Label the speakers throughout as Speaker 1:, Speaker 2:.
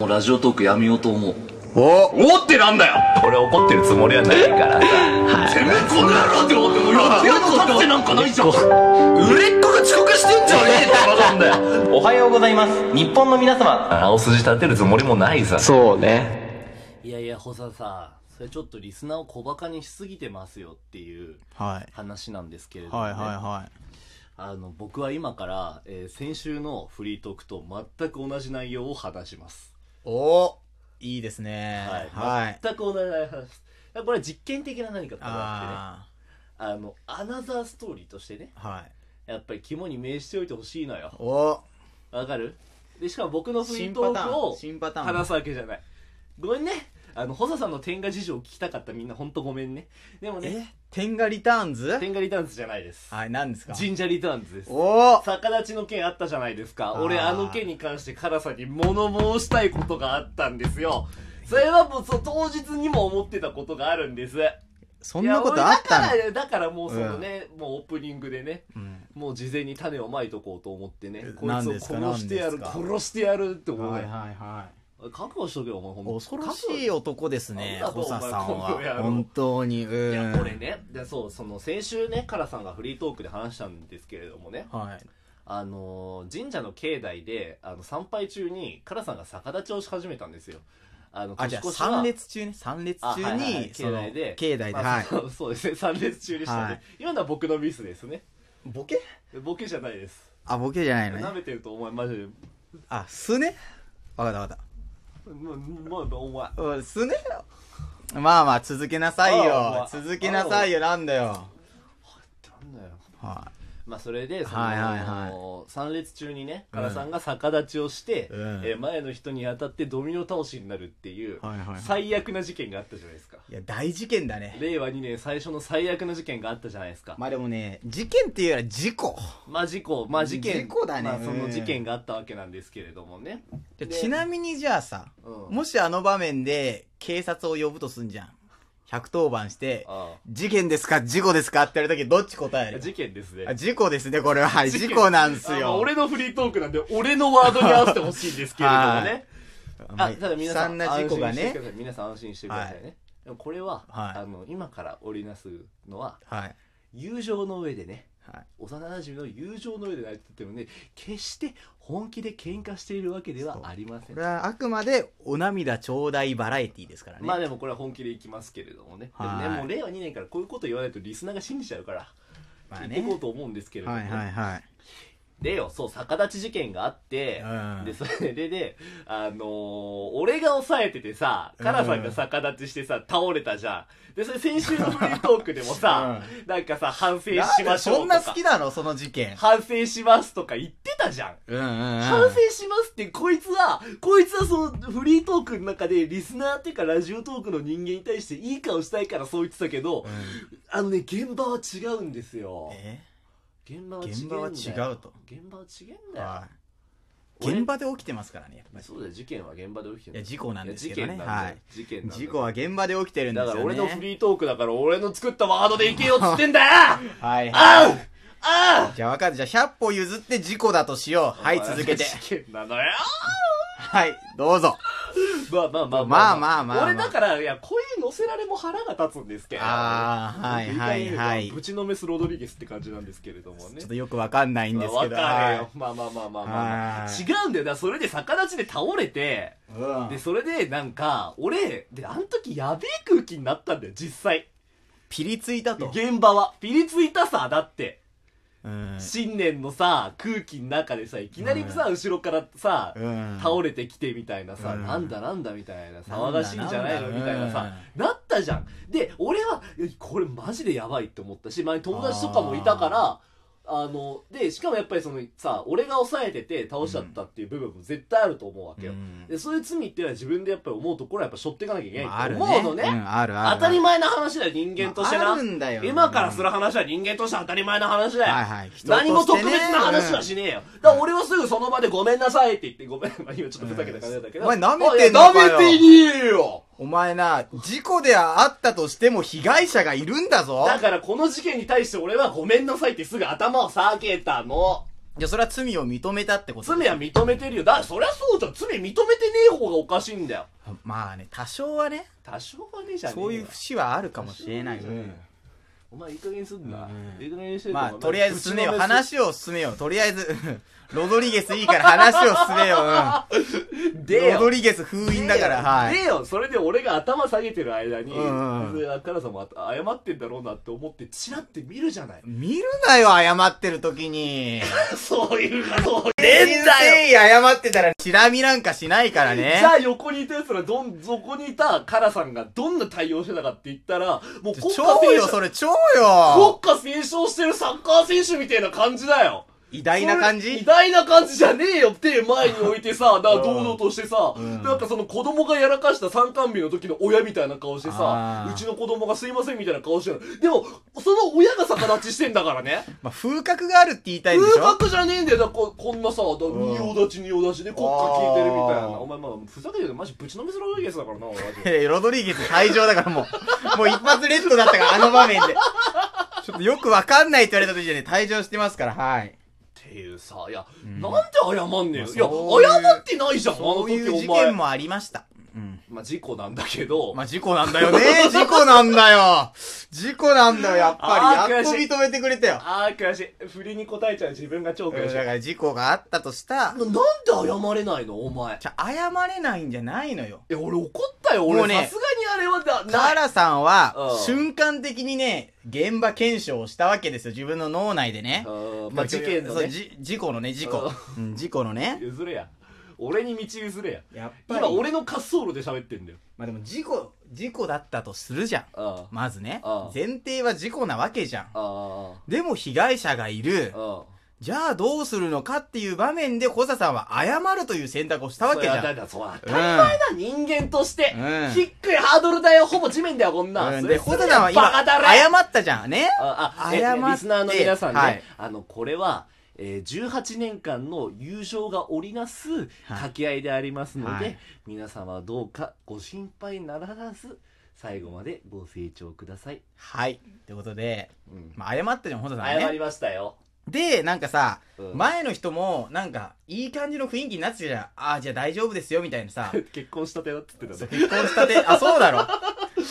Speaker 1: もうラジオトークやめようと思う
Speaker 2: お
Speaker 1: おってなんだよ
Speaker 3: 俺怒ってるつもりはないからさ
Speaker 1: てめえこの野郎って思ってもうやってやの立ってなんかないじゃん売れっ子が遅刻してんじゃねえって話なんだよ
Speaker 4: おはようございます日本の皆様
Speaker 3: 青筋立てるつもりもないさ
Speaker 5: そうね。
Speaker 4: いやいや補佐さんそれちょっとリスナーを小バカにしすぎてますよっていう
Speaker 2: はい
Speaker 4: 話なんですけれども、
Speaker 2: は
Speaker 4: ね
Speaker 2: いはいはい
Speaker 4: あの僕は今から、えー先週のフリートークと全く同じ内容を話します
Speaker 2: おいいですね
Speaker 4: はい、
Speaker 2: はい
Speaker 4: 全く同じ内容を話すこれは実験的な何かとかじゃ
Speaker 2: あ
Speaker 4: なくてねあのアナザーストーリーとしてね
Speaker 2: あはい
Speaker 4: やっぱり肝に銘しておいてほしいのよ
Speaker 2: お
Speaker 4: わかるでしかも僕のフリ
Speaker 2: 新
Speaker 4: ー
Speaker 2: パ
Speaker 4: ト
Speaker 2: タ
Speaker 4: ーク
Speaker 2: ーン
Speaker 4: を
Speaker 2: 新パターン
Speaker 4: 話すわけじゃないごめんねあの補佐さんの天下事情を聞きたかったみんなほんとごめんねでもね
Speaker 2: え天下リターンズ
Speaker 4: 天下リターンズじゃないです
Speaker 2: はい何ですか
Speaker 4: 神社リターンズです
Speaker 2: おー
Speaker 4: 逆立ちの件あったじゃないですか
Speaker 2: あー
Speaker 4: 俺あの件に関して辛さに物申したいことがあったんですよそれはもうそ当日にも思ってたことがあるんです
Speaker 2: そんなことあったの
Speaker 4: いや俺だからだからもうそのね、もうオープニングでね
Speaker 2: うん
Speaker 4: もう事前に種をまいとこうと思ってね
Speaker 2: え
Speaker 4: こい
Speaker 2: 何
Speaker 4: つを
Speaker 2: ですか
Speaker 4: 殺してやる
Speaker 2: 何ですか
Speaker 4: 殺してやるって思う
Speaker 2: は
Speaker 4: ね
Speaker 2: いはいはい
Speaker 4: 覚悟しとけよお前ほんと
Speaker 2: 恐ろしい男ですね、
Speaker 4: なんだ
Speaker 2: 補
Speaker 4: と
Speaker 2: 佐さん
Speaker 4: お前この野
Speaker 2: は。
Speaker 4: 郎
Speaker 2: 本当に、う
Speaker 4: いや
Speaker 2: ん。
Speaker 4: これねでそうその先週ねカラさんがフリートークで話したんですけれどもね
Speaker 2: はい。
Speaker 4: あのー神社の境内であの参拝中にカラさんが逆立ちをし始めたんですよあの
Speaker 2: あ、じゃあ、
Speaker 4: 年越しは
Speaker 2: 参列中ね。参列中
Speaker 4: あ
Speaker 2: に、
Speaker 4: はいはい
Speaker 2: その
Speaker 4: 境内で
Speaker 2: 境内で、
Speaker 4: まあ
Speaker 2: はい。
Speaker 4: そうそうですね参列中でしたね、
Speaker 2: はい
Speaker 4: 今のは僕のミスですね
Speaker 2: ボケ
Speaker 4: ボケじゃないです
Speaker 2: あ、ボケじゃないの
Speaker 4: 舐
Speaker 2: ね。
Speaker 4: めてるとお前マジで
Speaker 2: あ、すねわかったわかっ
Speaker 4: もうもうお前
Speaker 2: たうん。すねまあまあ、続けなさい
Speaker 4: あま
Speaker 2: よ
Speaker 4: あ。
Speaker 2: 続けなさいよ、なんだよ。
Speaker 4: なんだよ
Speaker 2: は
Speaker 4: まあそれでその、
Speaker 2: はいはいはい
Speaker 4: 参列中にね原さんが逆立ちをして、
Speaker 2: うん
Speaker 4: えー前の人に当たってドミノ倒しになるっていう、
Speaker 2: はいはいはい
Speaker 4: 最悪な事件があったじゃないですか
Speaker 2: い。いや、大事件だね。
Speaker 4: 令和2年最初の最悪な事件があったじゃないですかま
Speaker 2: まあでもね、事件っていうよりは事故。
Speaker 4: あ事故まあ事件
Speaker 2: 事故だね
Speaker 4: まあ、
Speaker 2: うん
Speaker 4: その事件があったわけなんですけれどもね
Speaker 2: じゃちなみにじゃあさ、
Speaker 4: うん
Speaker 2: もしあの場面で警察を呼ぶとすんじゃん。110番して、
Speaker 4: あ
Speaker 2: 事件ですか事故ですかって言われた時どっち答え
Speaker 4: あ
Speaker 2: る
Speaker 4: 事件ですね
Speaker 2: あ事故ですね、これは。はい、事故なんす
Speaker 4: あまあ
Speaker 2: よ。
Speaker 4: 俺のフリートークなんで俺のワードに合わせてほしいんですけれども
Speaker 2: は
Speaker 4: ねあただ皆さん
Speaker 2: 悲惨な事故が
Speaker 4: 安心して
Speaker 2: ね
Speaker 4: く。ださい皆さん安心してくださいね、でもこれは、
Speaker 2: はい
Speaker 4: あの今から織りなすのは
Speaker 2: はい。
Speaker 4: 友情の上でね
Speaker 2: はい。
Speaker 4: 幼馴染の友情の上で成り立ってるので決して本気で喧嘩しているわけではありませ
Speaker 2: こ
Speaker 4: ん
Speaker 2: れはあくまでお涙ちょうだいバラエティですからね。
Speaker 4: まあでもこれは本気でいきますけれどもねでもね
Speaker 2: はい
Speaker 4: もう令和2年からこういうこと言わないとリスナーが信じちゃうから
Speaker 2: まあ
Speaker 4: 言って
Speaker 2: ね
Speaker 4: こうと思うんですけれども、
Speaker 2: はいはいはい。
Speaker 4: でよそう逆立ち事件があって、
Speaker 2: うん
Speaker 4: でそれでねあのー俺が抑えててさカラさんが逆立ちしてさ倒れたじゃんでそれ先週のフリートークでも さ、なんかさ反省しましょう
Speaker 2: そ
Speaker 4: と
Speaker 2: ん
Speaker 4: か
Speaker 2: な好きなのその事件。
Speaker 4: 反省しますとか言ってたじゃん
Speaker 2: うんうんうん。
Speaker 4: 反省しますって、こいつは、こいつはそのフリートークの中で、リスナーっていうかラジオトークの人間に対していい顔したいからそう言ってたけど、あのね、現場は違うんですよ。
Speaker 2: え
Speaker 4: 現場は違うん
Speaker 2: 現
Speaker 4: だよ。
Speaker 2: 場は違うと。
Speaker 4: 現場は違うんだよ。
Speaker 2: はい。現場で起きてますからね、やっぱり。
Speaker 4: そうだよ、事件は現場で起きてる
Speaker 2: いや事故なんですけどね
Speaker 4: いや事件なんだよ
Speaker 2: はい
Speaker 4: 事件なんだよ
Speaker 2: 事故は現場で起きてるんです
Speaker 4: だか
Speaker 2: よね。
Speaker 4: ら俺のフリートークだから俺の作ったワードでいけよっつってんだよ
Speaker 2: はい
Speaker 4: あ
Speaker 2: はい。
Speaker 4: うあ
Speaker 2: じゃあ分かる。じゃあ100歩譲って事故だとしよう。
Speaker 4: う
Speaker 2: はい、続けて。
Speaker 4: 事件なのよ
Speaker 2: はい、どうぞ。
Speaker 4: まあまあまあ
Speaker 2: まあまあまあまあ
Speaker 4: 俺だから、いや、こういう乗せられも腹が立つんですけど。
Speaker 2: あーはいはいはい
Speaker 4: ぶちのめすロドリゲスって感じなんですけれどもね
Speaker 2: ちょっ。とよくわかんないんです
Speaker 4: わ
Speaker 2: けど。
Speaker 4: かるよ。まあまあまあまあまあ。
Speaker 2: はい
Speaker 4: 違うんだよ。だからそれで逆立ちで倒れて、
Speaker 2: はい
Speaker 4: で、それでなんか、俺、で、あの時やべえ空気になったんだよ、実際。
Speaker 2: ピリついたと。
Speaker 4: 現場は。ピリついたさ、だって。
Speaker 2: うん。
Speaker 4: 新年のさ、空気の中でさ、いきなりさ、後ろからさ、
Speaker 2: うん
Speaker 4: 倒れてきてみたいなさ、
Speaker 2: うん
Speaker 4: なんだなんだみたいな、騒がしいんじゃないの
Speaker 2: なんだ
Speaker 4: みたいなさ、なったじゃん。で、俺は、えこれマジでやばいって思ったし、前に友達とかもいたから、あの、で、しかもやっぱりそのさ、俺が抑えてて倒しちゃったっていう部分も絶対あると思うわけよ。
Speaker 2: うん
Speaker 4: で、そういう罪っていうのは自分でやっぱり思うところはやっぱ背負っていかなきゃいけ
Speaker 2: ま
Speaker 4: な
Speaker 2: ああ
Speaker 4: いと
Speaker 2: る
Speaker 4: 思うのね。
Speaker 2: うん、あるある。
Speaker 4: 当たり前な話だよ、人間としてな。
Speaker 2: まああるんだよ
Speaker 4: 今からする話は人間として当たり前な話だよ。
Speaker 2: はいはい人としてね
Speaker 4: 何も特別な話はしねえよ。だから俺はすぐその場でごめんなさいって言って、ごめん、まあ今ちょっとふざけた感じだったけど。
Speaker 2: お前舐めてんの
Speaker 4: あい
Speaker 2: か
Speaker 4: や
Speaker 2: よ
Speaker 4: 舐めてねえよ
Speaker 2: お前な、事故であったとしても被害者がいるんだぞ。
Speaker 4: だからこの事件に対して俺はごめんなさいってすぐ頭を下げたの。
Speaker 2: じゃあそれは罪を認めたってこと
Speaker 4: 罪は認めてるよ。だ、そりゃそうじゃん。罪認めてねえ方がおかしいんだよ。
Speaker 2: まあね、多少はね、
Speaker 4: 多少はねえじゃねえよ
Speaker 2: そういう節はあるかもしれないけどね。
Speaker 4: お前いい加減にすんな。いい加減にしてる
Speaker 2: まあ、とりあえず進めよう。。
Speaker 4: お前
Speaker 2: 話を進めよう。とりあえず、 うんロドリゲスいいから話を進めよう。う
Speaker 4: で
Speaker 2: ん、ロ
Speaker 4: よ
Speaker 2: ド。リゲス封印だから、
Speaker 4: でよ
Speaker 2: はい。
Speaker 4: でよ、それで俺が頭下げてる間に、
Speaker 2: うん
Speaker 4: でカラさんもあ謝ってんだろうなって思って、チラって見るじゃ ない。
Speaker 2: 見るなよ、謝ってる時に。
Speaker 4: そういうか、そういう。
Speaker 2: 全然謝ってたら、チラ見なんかしないからね。
Speaker 4: じゃあ横にいた奴ら、どん、そこにいたカラさんがどんな対応してたかって言ったら、もう国家
Speaker 2: 超
Speaker 4: 斉
Speaker 2: よ、
Speaker 4: 唱
Speaker 2: それ超よ。
Speaker 4: 国家斉唱してるサッカー選手みたいな感じだよ。
Speaker 2: 偉大な感
Speaker 4: 偉
Speaker 2: じ
Speaker 4: 大な感じじゃねえよ手前に置いてさ、だから堂々としてさ、
Speaker 2: ん
Speaker 4: なんかその子供がやらかした参観日の時の親みたいな顔して
Speaker 2: あ
Speaker 4: さ、
Speaker 2: ー
Speaker 4: うちの子供がすいませんみたいな顔してる。でも、その親が逆立ちしてんだからね。
Speaker 2: まあ、風格があるって言いたいんでし
Speaker 4: 風
Speaker 2: ょ
Speaker 4: 格じゃねえんだよ。だからここんなさ、だから仁王立ち仁王立ちで国家聞いてるみたい
Speaker 2: あー
Speaker 4: な。お前まあ、ふざけてるマジぶちのめすロドリゲスだからな、俺マジ
Speaker 2: えーロドリゲス退場だからもう、 もう一発レッドだったから、あの場面で。ちょっとよくわかんないって言われた時にね、退場してますから、はい。
Speaker 4: っていうさ、いや、
Speaker 2: ん
Speaker 4: なんで謝んねえよ。
Speaker 2: まあそう
Speaker 4: いや、
Speaker 2: いう
Speaker 4: 謝ってないじゃん、あの
Speaker 2: そう
Speaker 4: 時
Speaker 2: いう
Speaker 4: お
Speaker 2: 事
Speaker 4: 前
Speaker 2: 件。もありました。うん。
Speaker 4: まあ、事故なんだけど。
Speaker 2: まあ、事故なんだよね。 事故なんだよ。事故なんだよ、やっぱ
Speaker 4: あー
Speaker 2: り。やっと
Speaker 4: 悔しい
Speaker 2: 認めてくれたよ。
Speaker 4: あー、悔しい。振りに答えちゃう自分が超
Speaker 2: うん
Speaker 4: 悔
Speaker 2: だ
Speaker 4: しい
Speaker 2: か。ら事故があったとし
Speaker 4: なな
Speaker 2: た、
Speaker 4: んで謝れないのお前。
Speaker 2: じゃあ謝れないんじゃないのよ。
Speaker 4: え、俺怒ったよ。
Speaker 2: もう
Speaker 4: 俺、
Speaker 2: ね
Speaker 4: さすがにあれはだ、
Speaker 2: カ
Speaker 4: な、
Speaker 2: ラさんは
Speaker 4: う、ん
Speaker 2: 瞬間的にね、現場検証をしたわけですよ、自分の脳内でね
Speaker 4: あ。ーまあ、事件の
Speaker 2: そう
Speaker 4: ね。
Speaker 2: じ事故のね、事故。うん、事故のね。
Speaker 4: 譲れや。俺に道譲れや。
Speaker 2: やっぱり
Speaker 4: 今、。俺の滑走路で喋ってんだよ。
Speaker 2: まあでも事故、事故だったとするじゃん。
Speaker 4: あ
Speaker 2: まずね
Speaker 4: ああ。
Speaker 2: 前提は事故なわけじゃん
Speaker 4: あ。。あ
Speaker 2: でも被害者がいる
Speaker 4: あ。。あ
Speaker 2: じゃあどうするのかっていう場面で、小佐さんは謝るという選択をした
Speaker 4: あ。
Speaker 2: わけじゃ
Speaker 4: そ
Speaker 2: ん。
Speaker 4: う
Speaker 2: う
Speaker 4: や
Speaker 2: ん
Speaker 4: だそう当たり前だ、人間として。
Speaker 2: うん
Speaker 4: 低いハードルだよ。ほぼ地面だよ、こんな。それ
Speaker 2: で、小佐さんは今、
Speaker 4: バカだろ
Speaker 2: 謝ったじゃん。ね。
Speaker 4: あ、あ、え
Speaker 2: 謝って
Speaker 4: リスナーの皆さんね、
Speaker 2: はい
Speaker 4: あの、これは、えー18年間の友情が織りなす掛け合いでありますので、
Speaker 2: はい
Speaker 4: 皆様どうかご心配ならず、最後までご清聴ください。
Speaker 2: はい。ってことで、
Speaker 4: うん
Speaker 2: まあ謝ったじゃん、小佐さんは
Speaker 4: 謝り
Speaker 2: ね。
Speaker 4: ましたよ。
Speaker 2: で、なんかさ、
Speaker 4: うん
Speaker 2: 前の人も、なんか、いい感じの雰囲気になってたじゃん。ああ、じゃあ大丈夫ですよ、みたいなさ。
Speaker 4: 結婚したてだって言って
Speaker 2: そ
Speaker 4: た
Speaker 2: う
Speaker 4: ね。
Speaker 2: 結婚したて、あ、そうだろ。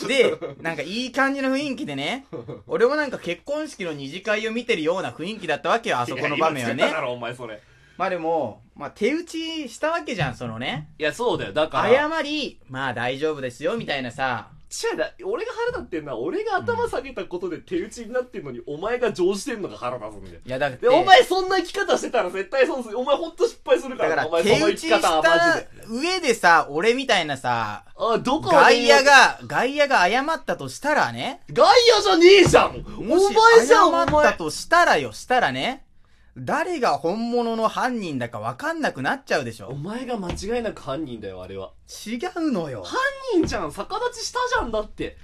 Speaker 2: で、なんかいい感じの雰囲気でね、俺もなんか結婚式の二次会を見てるような雰囲気だったわけよ、あそこの場面
Speaker 4: や今
Speaker 2: はい
Speaker 4: 作った
Speaker 2: ね
Speaker 4: だ。ろ、お前それ。
Speaker 2: まあでも、まあ手打ちしたわけじゃん、そのね。
Speaker 4: いや、そうだよ。だから、
Speaker 2: 謝り、まあ大丈夫ですよ、みたいなさ。
Speaker 4: 違うだ、俺が腹立ってんのは、俺が頭下げたことで手打ちになってんのに、お前が乗じてんのが腹立つんだよ。
Speaker 2: いや、だって、
Speaker 4: で、お前そんな生き方してたら絶対損する。お前ほんと失敗するか、
Speaker 2: だからら
Speaker 4: お前
Speaker 2: 手
Speaker 4: その
Speaker 2: 打
Speaker 4: 生
Speaker 2: ち
Speaker 4: き
Speaker 2: し
Speaker 4: 方はマジ
Speaker 2: た
Speaker 4: で。
Speaker 2: 上でさ、俺みたいなさ、
Speaker 4: あ、どこまで
Speaker 2: 外野。が、外野が謝ったとしたらね、
Speaker 4: 外野じゃねえじゃんお
Speaker 2: もし
Speaker 4: 前じゃん、
Speaker 2: 謝
Speaker 4: お
Speaker 2: った
Speaker 4: 前。
Speaker 2: としたらよ、したらね、誰が本物の犯人だかわかんなくなっちゃうでし
Speaker 4: お
Speaker 2: ょ。
Speaker 4: 前が間違いなく犯人だよ、あれは。
Speaker 2: 違うのよ。
Speaker 4: 犯人じゃん逆立ちしたじゃんだって。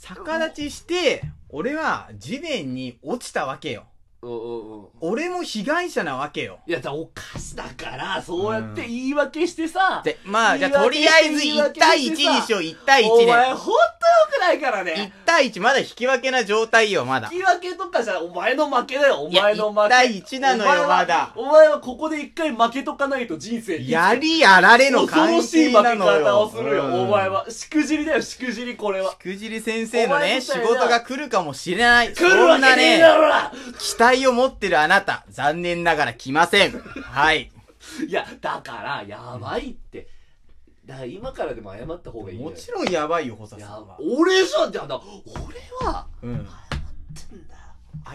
Speaker 2: 逆立ちして、俺は地面に落ちたわけよ。
Speaker 4: うんうんうん。
Speaker 2: 俺も被害者なわけよ。
Speaker 4: いや、だからおかしだから、そうやって言い訳してさ。
Speaker 2: で、まあ、じゃ
Speaker 4: 言い
Speaker 2: あと
Speaker 4: 訳
Speaker 2: りあえず
Speaker 4: 言い
Speaker 2: 1
Speaker 4: 訳
Speaker 2: 対1
Speaker 4: し
Speaker 2: に
Speaker 4: てさ
Speaker 2: しよう、1対
Speaker 4: お前ほ
Speaker 2: 1
Speaker 4: んとよくないから
Speaker 2: で。
Speaker 4: ね
Speaker 2: 1。対1、まだ引き分けな状態よ、まだ
Speaker 4: 言。い訳とかじゃ、お前の負けだよ、お
Speaker 2: いや
Speaker 4: 前の負け。
Speaker 2: 1対1なの
Speaker 4: お前
Speaker 2: よ、
Speaker 4: は
Speaker 2: まだ。
Speaker 4: お前はここで一回負けとかないと人生に
Speaker 2: やりやられの
Speaker 4: 恐ろ
Speaker 2: 関
Speaker 4: しい
Speaker 2: 係
Speaker 4: 負
Speaker 2: な
Speaker 4: け
Speaker 2: の
Speaker 4: 方
Speaker 2: よ。
Speaker 4: をするよ、
Speaker 2: うん
Speaker 4: お前。は。しくじりだよ、しくじり、これは。
Speaker 2: くじり先生のね、
Speaker 4: お前みた
Speaker 2: 仕
Speaker 4: いな
Speaker 2: 事が来るかもしれない。
Speaker 4: 来る
Speaker 2: そ
Speaker 4: わ
Speaker 2: んな
Speaker 4: けねえ
Speaker 2: ね、
Speaker 4: だろな
Speaker 2: 期待を持ってるあなた、残念ながら来ません。はい。
Speaker 4: いや、だから、やばいって。だから今からでも謝った方がいいよ
Speaker 2: もちろんやばいよ、保佐さ
Speaker 4: や
Speaker 2: んは。
Speaker 4: 俺じゃんって、あだ俺は、
Speaker 2: うん。
Speaker 4: ってんだ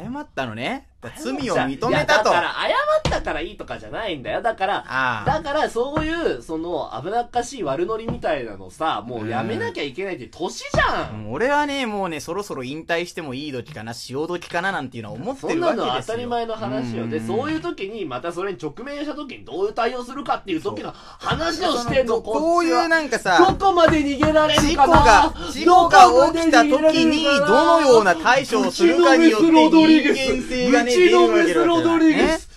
Speaker 4: よ
Speaker 2: 謝ったのね。だ罪を
Speaker 4: いや
Speaker 2: 認めたと。
Speaker 4: だか
Speaker 2: あ
Speaker 4: ら、謝ったからいいとかじゃないんだよ。だから、
Speaker 2: あ。
Speaker 4: だから、そういう、その、危なっかしい悪ノリみたいなのさ、もうやめなきゃいけないって年じゃん、
Speaker 2: うん俺はね、もうね、そろそろ引退してもいい時かな、潮時かななんていうのは思っ
Speaker 4: そ
Speaker 2: て
Speaker 4: ん
Speaker 2: る
Speaker 4: な
Speaker 2: わけ
Speaker 4: の
Speaker 2: ですよ。
Speaker 4: は当たり前の話よ。で、そういう時に、またそれに直面した時にどういう対応するかっていう時の話をしてんの、こっちは
Speaker 2: こういうなんか
Speaker 4: ど
Speaker 2: さ、
Speaker 4: こまで逃げられる
Speaker 2: 事
Speaker 4: か
Speaker 2: 故
Speaker 4: な
Speaker 2: が、事故が起きた時に、どのような対処をするかによって、人間性がね、出るわけだ
Speaker 4: ロ
Speaker 2: か
Speaker 4: ド
Speaker 2: ら
Speaker 4: リゲ
Speaker 2: ね
Speaker 4: ス。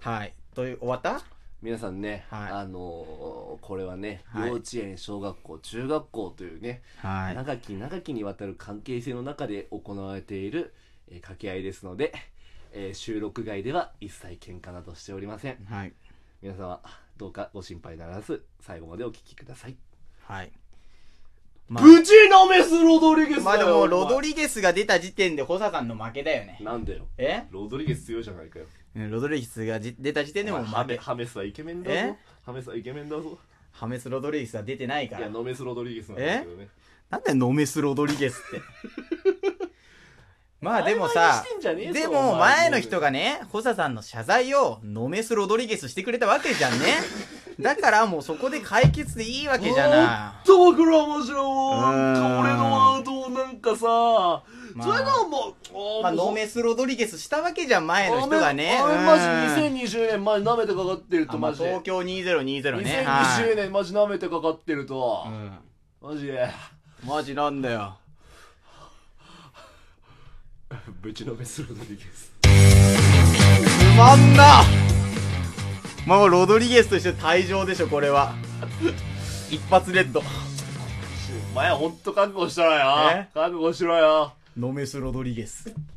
Speaker 2: はい。という、終わった
Speaker 4: 皆さんね、
Speaker 2: はい
Speaker 4: あのーこれはね、
Speaker 2: はい
Speaker 4: 幼稚園、小学校、中学校というね、
Speaker 2: はい。
Speaker 4: 長き長きにわたる関係性の中で行われている、えー掛け合いですので、ええー収録外では一切喧嘩などしておりません
Speaker 2: はい。
Speaker 4: 皆様どうかご心配ならず最後までお聞きください、
Speaker 2: はい。ま
Speaker 4: ブチナメスロドリゲスだよ
Speaker 2: あ、まあでも、
Speaker 4: お前
Speaker 2: ロドリゲスが出た時点で、ホサさんの負けだよね。
Speaker 4: なんだよ
Speaker 2: え
Speaker 4: ロドリゲス強いじゃないかよ
Speaker 2: うんロドリゲスがじ出た時点でもう
Speaker 4: お前ハ
Speaker 2: 負
Speaker 4: メ
Speaker 2: け。
Speaker 4: ハメスはイケメンだぞ
Speaker 2: え
Speaker 4: ハメスはイケメンだぞ
Speaker 2: ハメス・ロドリゲスは出てないか
Speaker 4: いや
Speaker 2: ら。
Speaker 4: ノメスロドリゲスなんだけどね
Speaker 2: なんだよ、ノメス・ロドリゲスって。 まあでも
Speaker 4: 曖昧
Speaker 2: さ
Speaker 4: にしてんじゃねえぞ
Speaker 2: で
Speaker 4: お
Speaker 2: も
Speaker 4: 前
Speaker 2: 前の人がね、ホサさんの謝罪をノメス・ロドリゲスしてくれたわけじゃんね。だからもうそこで解決でいいわけじゃな
Speaker 4: と僕らもじゃなん
Speaker 2: うん
Speaker 4: か俺のアートをなんかさ、
Speaker 2: まあ
Speaker 4: それなも
Speaker 2: い。
Speaker 4: う
Speaker 2: まあノ
Speaker 4: 飲め
Speaker 2: メス・ロドリゲスしたわけじゃん、前の人がね。
Speaker 4: あれ
Speaker 2: うん
Speaker 4: マジ2020年前舐めてかかってる
Speaker 2: あ
Speaker 4: と
Speaker 2: まあ
Speaker 4: マジで、
Speaker 2: 東京2020ね。
Speaker 4: 2020年マジ舐めてかかってると
Speaker 2: は、いうん
Speaker 4: マジで
Speaker 2: マジなんだよ。
Speaker 4: ぶちのめするのでです
Speaker 2: つまんなまあロドリゲスとして退場でしょ、これは。 一発レッド。
Speaker 4: お前ほんと覚悟しろよ
Speaker 2: え
Speaker 4: 覚悟しろよ
Speaker 2: ノメス・ロドリゲス。